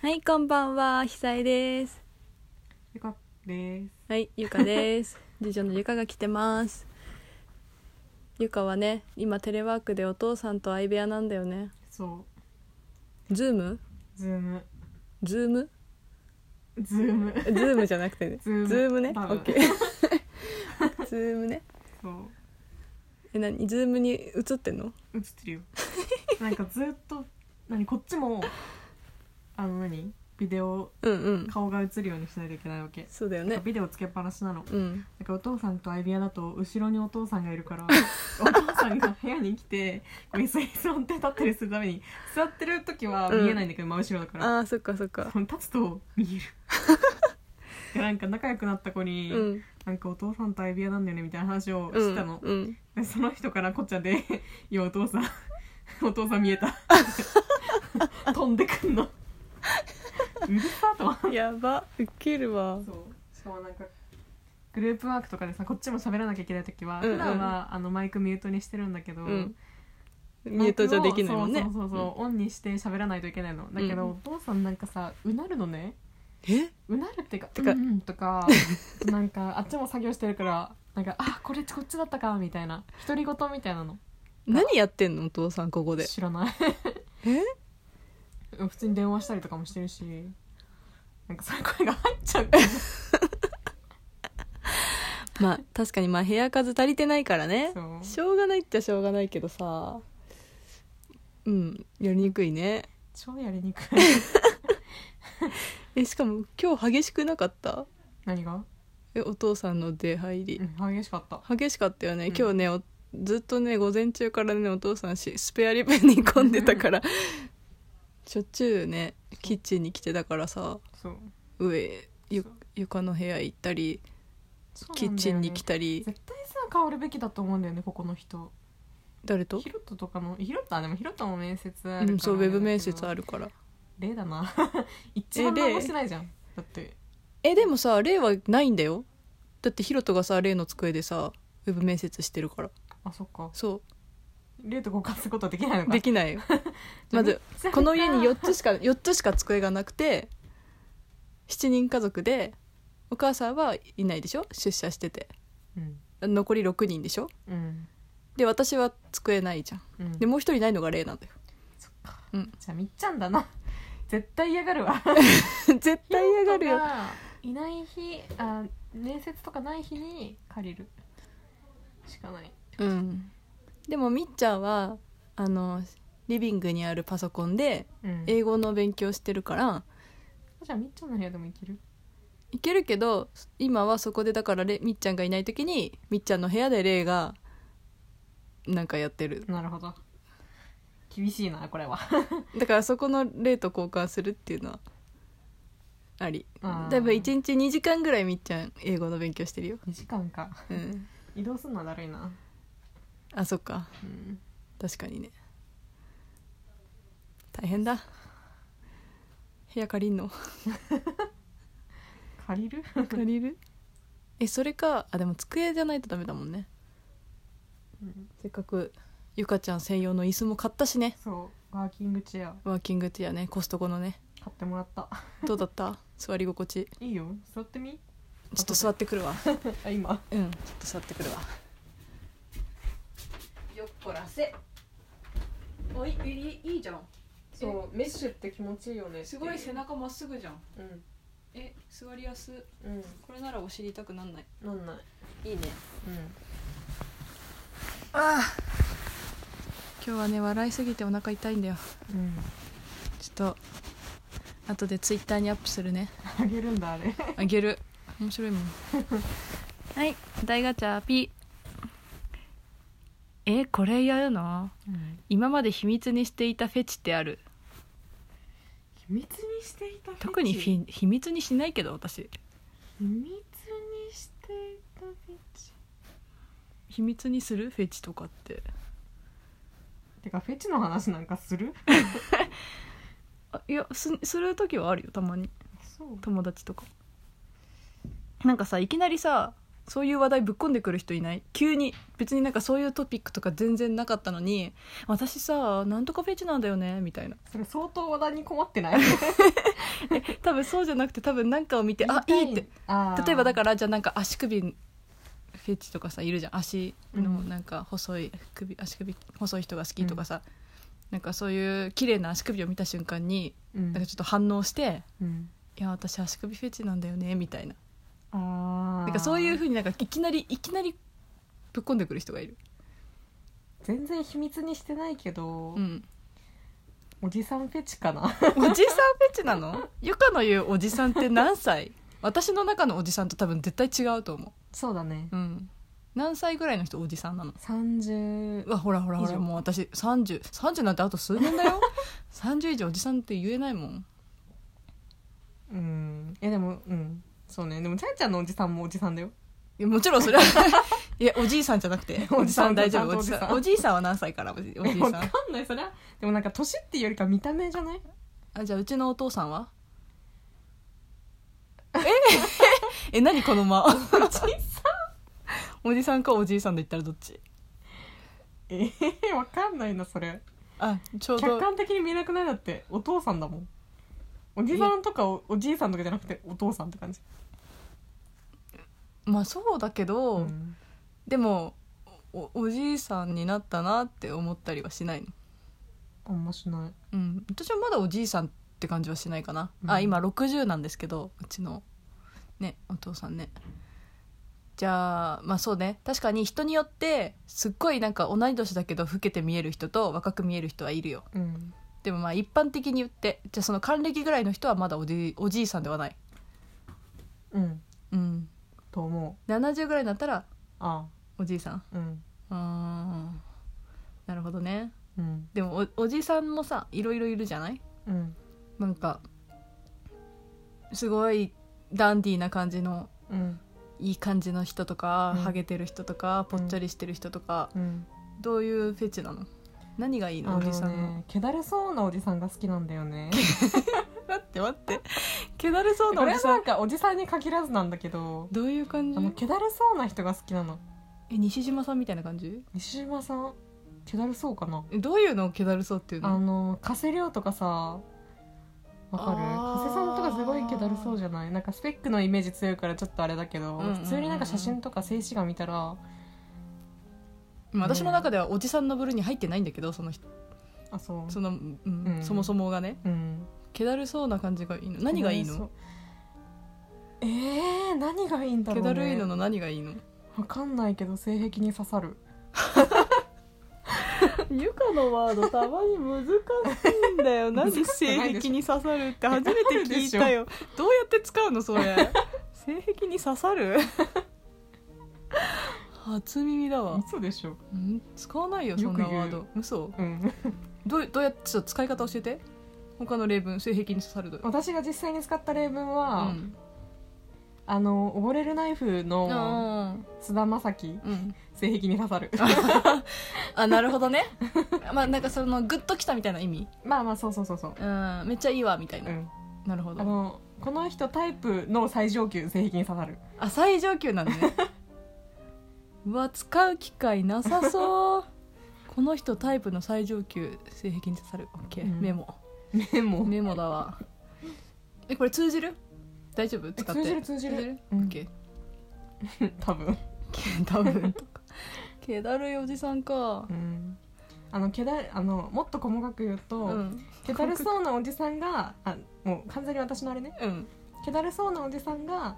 はい、こんばんは、ひさえです。よかったです。はい、ゆかです。 次女のゆかが来てます。ゆかはね、今テレワークでお父さんと相部屋なんだよね。そズームう、ズーム、ズームズーム、ズームじゃなくてね。ズーム ズームね。オ多分ッケー。 ズームね。そえ、なに、ズームに映ってんのう、映ってるよ。 なんかずっと、何こっちも、あの何ビデオ、うんうん。顔が映るようにしないといけないわけ。そうだよなんねか。ビデオつけっぱなしなの。うん。なんかお父さんと相部屋だと、後ろにお父さんがいる から、お父さんが部屋に来て、こう椅子に座って立ったりするために、座ってる時は見えないんだけど、真後ろだから。ああ、そっかそっか。立つと見 えるでなんか仲良くなった子うに、ん。なんかお父さんと相部屋なんだよねみたいな話をうしてたんの、うん。でその人からこっちゃで 「いやお父さんお父さん見え た」飛んでくんのうるさと思ってやば、ウケるわ。そうしかもなんかグループワークとかでさこっちも喋らなきゃいけない時は、うんうん普段はあのマイクミュートにしてるんだけど、うん。ミュートじゃできないもんね。そうそうそうそう、オンにして喋らないといけないのだけど、うんお父さんなんかさうなるのねうんえうなるっていうか「てかうんうん」とかなんかあっちも作業してるからなんか「あこれこっちだったか」みたいな独り言みたいなの何やってんのお父さんここで。知らないえ普通に電話したりとかもしてるしなんかそういう声が入っちゃうから まあ確かにまあ部屋数足りてないからねそうしょうがないっちゃしょうがないけどさうんやりにくいね超やりにくいえしかも今日激しくなかった何が、えお父さんの出入りうん、激しかった激しかったよねうん今日ね、おずっとね午前中からねお父さんしスペアリブに込んでた からしょっちゅうねキッチンに来てたからさそう上ゆそう床の部屋行ったり、そうなんだキよッねチンに来たり絶対さ変わるべきだと思うんだよねここの人誰とヒロトとかのヒロトはでもヒロトも面接あるうんそうウェブ面接あるるから例だな 一番え何も例してないじゃんだってえでもさ例はないんだよだってヒロトがさ例の机でさウェブ面接してるからあそっかそ例と交換することはできないのうかでき ないよまずこの家に4つしか4つしか机がなくて7人家族でお母さんはいないでしょ出社しててうん残り6人でしょうんで私は机ないじゃんうんでもう1人ないのが例なんだよそっか、うんじゃあみっちゃんだな 絶対嫌がるわ 絶対嫌がるヒよロトがいない日あ面接とかない日に借りるしかないうんでもみっちゃんはあのリビングにあるパソコンでうん英語の勉強してるから、じゃあみっちゃんの部屋でも行けるいけるけど今はそこでだからレみっちゃんがいない時にみっちゃんの部屋でレイがなんかやってるなるほど厳しいなこれはだからそこのレイと交換するっていうのはありあーだいぶ1日2時間ぐらいみっちゃん英語の勉強してるよ、 2時間かうん、移動すんのはだるいなあそっかうん確かにね大変だ部屋借りんの借りる 借りる えそれかあでも机じゃないとダメだもんねうんせっかくゆかちゃん専用の椅子も買ったしねそうワーキングチェアワーキングティアねコストコのね買ってもらったどうだった座り心地いいよ座ってみちょっと座ってくるわあ今うんちょっと座ってくるわよっこらせおいいいいいじゃんそうメッシュって気持ちいいよねすごい背中まっすぐじゃんうんえ座りやすうんこれならお尻痛くなんないなんないいいねうんああ今日はね笑いすぎてお腹痛いんだようんちょっと後でツイッターにアップするねあげるんだあれあげる面白いもん はい大ガチャピえこれやるの今まで秘密にしていたフェチってある秘密にしていたフェチ特にフ秘ィ秘密にしないけど私密にしていたフェチ秘密にするフェチとかっててかフェチの話なんかするあいやすする時はあるよたまにそう友達とかなんかさいきなりさそういう話題ぶっ込んでくる人いない急に別になんかそういうトピックとか全然なかったのに私さなんとかフェチなんだよねみたいなそれ相当話題に困ってない多分そうじゃなくて多分なんかを見て あいいって例えばだからじゃあなんか足首フェチとかさいるじゃん足のなんか細い首、足首細い人が好きとかさ、なんかそういう綺麗な足首を見た瞬間にら、うんなんかちょっと反応してうん「いや私足首フェチなんだよね」みたいなあなんかそういうふううになんかいきなりいきなりぶっ込んでくる人がいる、全然秘密にしてないけど、うん、おじさんフェチか なおじさんフェチなの ゆかの言うおじさんって何歳私の中のおじさんと多分絶対違うと思そうだねう、うん、何歳ぐらいの人おじさんなの30うわほらほらほ以ら上もう私3030なんてあと数年だ よ30以上おじさんって言えないもんうんえでもうんそうねでもちゃんちゃんのおじさんもおじさんだよいやもちろんそれは いやおじいさんじゃなくて おおじじささんん大丈夫おおじじささんんおじいさんは何歳からおじおじい わさかんんないそれはでもなんか年っていうよりか見た目じゃないあじゃあうちのお父さん は ええ何この間おじさんおじさんかおじいさんで言ったらどっちええわかんないなそれあちょう客ど観的に見えなくないだってお父さんだもんおじさんとかおおじいさんとかじゃなくてお父さんって感じ、まあそうだけど、うんでもおおじいさんになったなって思ったりはしないのあんましないうん私はまだおじいさんって感じはしないかな、うんあ今60なんですけどうちのねお父さんねじゃあまあそうね確かに人によってすっごいなんか同い年だけど老けて見える人と若く見える人はいるようんでもまあ一般的に言ってじゃあその還暦ぐらいの人はまだおじおじいさんではないうんうんと思う70ぐらいになったらあおじいさんあうんうーんなるほどねうんでもおおじいさんもさいろいろいるじゃないうんなんかすごいダンディーな感じのうんいい感じの人とか、うんハゲてる人とかぽっちゃりしてる人とか、うんどういうフェチなの何がいいあののおじさんの、ね気だるそうなおじさんが好きなんだよね待って待ってけだるそうなこおれじはさなんんかおじさんに限らずなんだけどどういう感あのじ気だるそうな人が好きなのえ西島さんみたいな感じ西島さん気だるそうかな、えどういうのをけだるそうっていうあのの加瀬亮とかさわかるあー加瀬さんとかすごい気だるそうじゃないなんかスペックのイメージ強いからちょっとあれだけど、うんうんうん普通になんか写真とか静止画見たらまあ私の中ではおじさんのブルーに入ってないんだけどその人あそうその、うんうんそもそもがねうんけだるそうな感じがいいの何がいいのえー、何がいいんだろけう、ね、だるいのの何がいいのわかんないけど性癖に刺さるゆかのワードたまに難しいんだよ何性癖に刺さるって初めて聞いたよ どうやって使うのそれ性癖に刺さ る初耳だわ嘘でしょん使わないよそよんくな言うワード嘘うんどうどうやってちょっと使い方教えて他の例文性癖に刺さると私が実際に使った例文は、うんあの溺れるナイフのあ菅田将暉ーうん性癖に刺さるあなるほ どねまあなんかそのグッときたみたいな意味 まあまあそうそうそうそううんめっちゃいいわみたいうな、んなるほどあのこの人タイプの最上級性癖に刺さるあ最上級なの ねうわ使う機会なさそうこの人タイプの最上級性癖に刺さる OK、うんメモメモメモだわえこれ通じる大丈夫使って通じる通じる通じるうん OK 多分、け多分とかけだるいおじさんかうん、あのけだあのもっと細かく言うと、うんけだるそうなおじさんがあもう完全に私のあれねうんけだるそうなおじさんが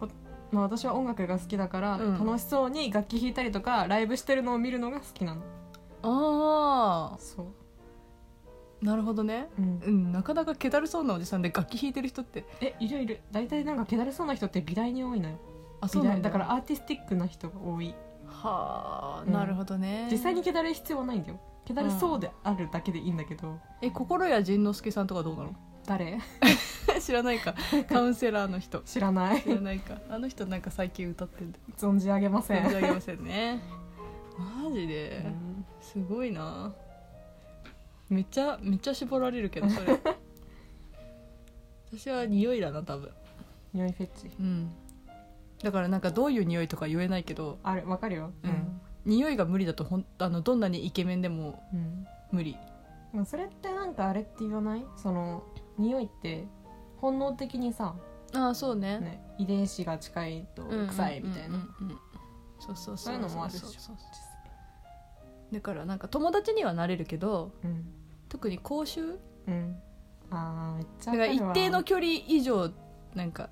こまあ、私は音楽が好きだから、うん楽しそうに楽器弾いたりとかライブしてるのを見るのが好きなのあそう、あなるほどねうんうんなかなかけだるそうなおじさんで楽器弾いてる人ってえいるいる大体なんかけだるそうな人って美大に多いのよあそ美うな大んだだからアーティスティックな人が多いはあうんなるほどね、実際にけだる必要はないんだよけだるそうであるだけでいいんだけど、え心谷仁之助さんとかどうなの誰 知らないかカウンセラーの人知ら ない知らないかあの人なんか最近歌ってんだ存じ上げませ存じん、上げませんねマジでうんすごいなめっちゃめっちゃ絞られるけどそ れ私は匂いだな多分匂いフェチうんだからなんかどういう匂いとか言えないけどあれわかるようん匂いが無理だとほんあのどんなにイケメンでもうん、うん無理でもそれってなんかあれって言わないその匂いって本能的にさ、ああそうねね、遺伝子が近いと臭いみたいなうんうんうんうんそうそうそういうのもあるでしょそうそうそうだからなんか友達にはなれるけどうん特に公衆うんあーめっちゃだわからる一わ定の距離以上なんか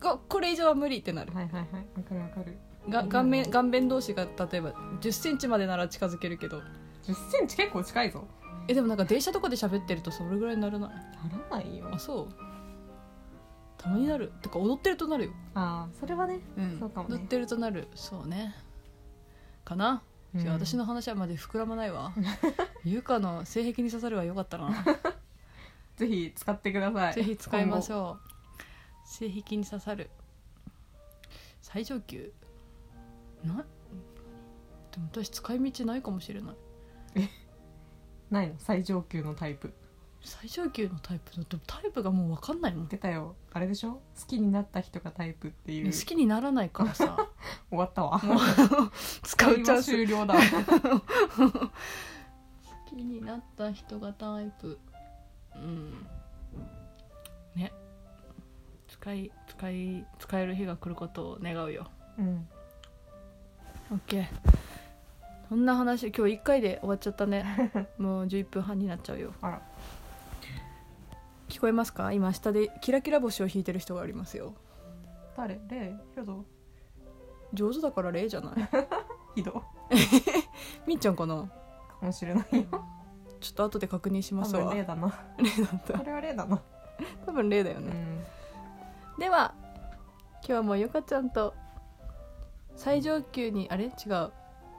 ここれ以上は無理ってなるはいはいはいわかるわかるがうん顔面顔面同士が例えば1 0ンチまでなら近づけるけど1 0ンチ結構近いぞえでもなんか電車とかで喋ってるとそれぐらいにならないならないよあそうたまになるてか踊ってるとなるよ、あーそれはねうんそうかもね踊ってるとなるそうねかな、じゃあ私のの話はまで膨らまない わゆうかの性癖に刺さるはよかったなぜひ使ってくださいぜひ使いましょょう性癖に刺さる最上級なでも私使い道ないかもしれないうないの最上級のタイプ最上級のタイプでもタイプがもう分かんないもん、ね、出たよあれでしょ好きになった人がタイプっていう好きにならないからさ終わったわもう 使うチャンス終了 だ好きになった人がタイプうんね使い使い使える日が来ることを願うようんオッケーそんな話今日1回で終わっちゃった ねもう11分半になっちゃうよあら聞こえますか今下でキラキラ星を引いてる人がありますよ誰レイヒロド上手だから例じゃない ヒドみっちゃんかなかもしれないよちょっと後で確認し多ますわ分レイ例だなだったそれはレイだな多分例だようね、んでは今日もゆかちゃんと最上級にあれ違う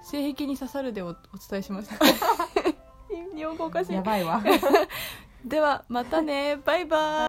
性癖に刺さるでおお伝えしま した 日本語おかしい やばいわではまたねバイバイ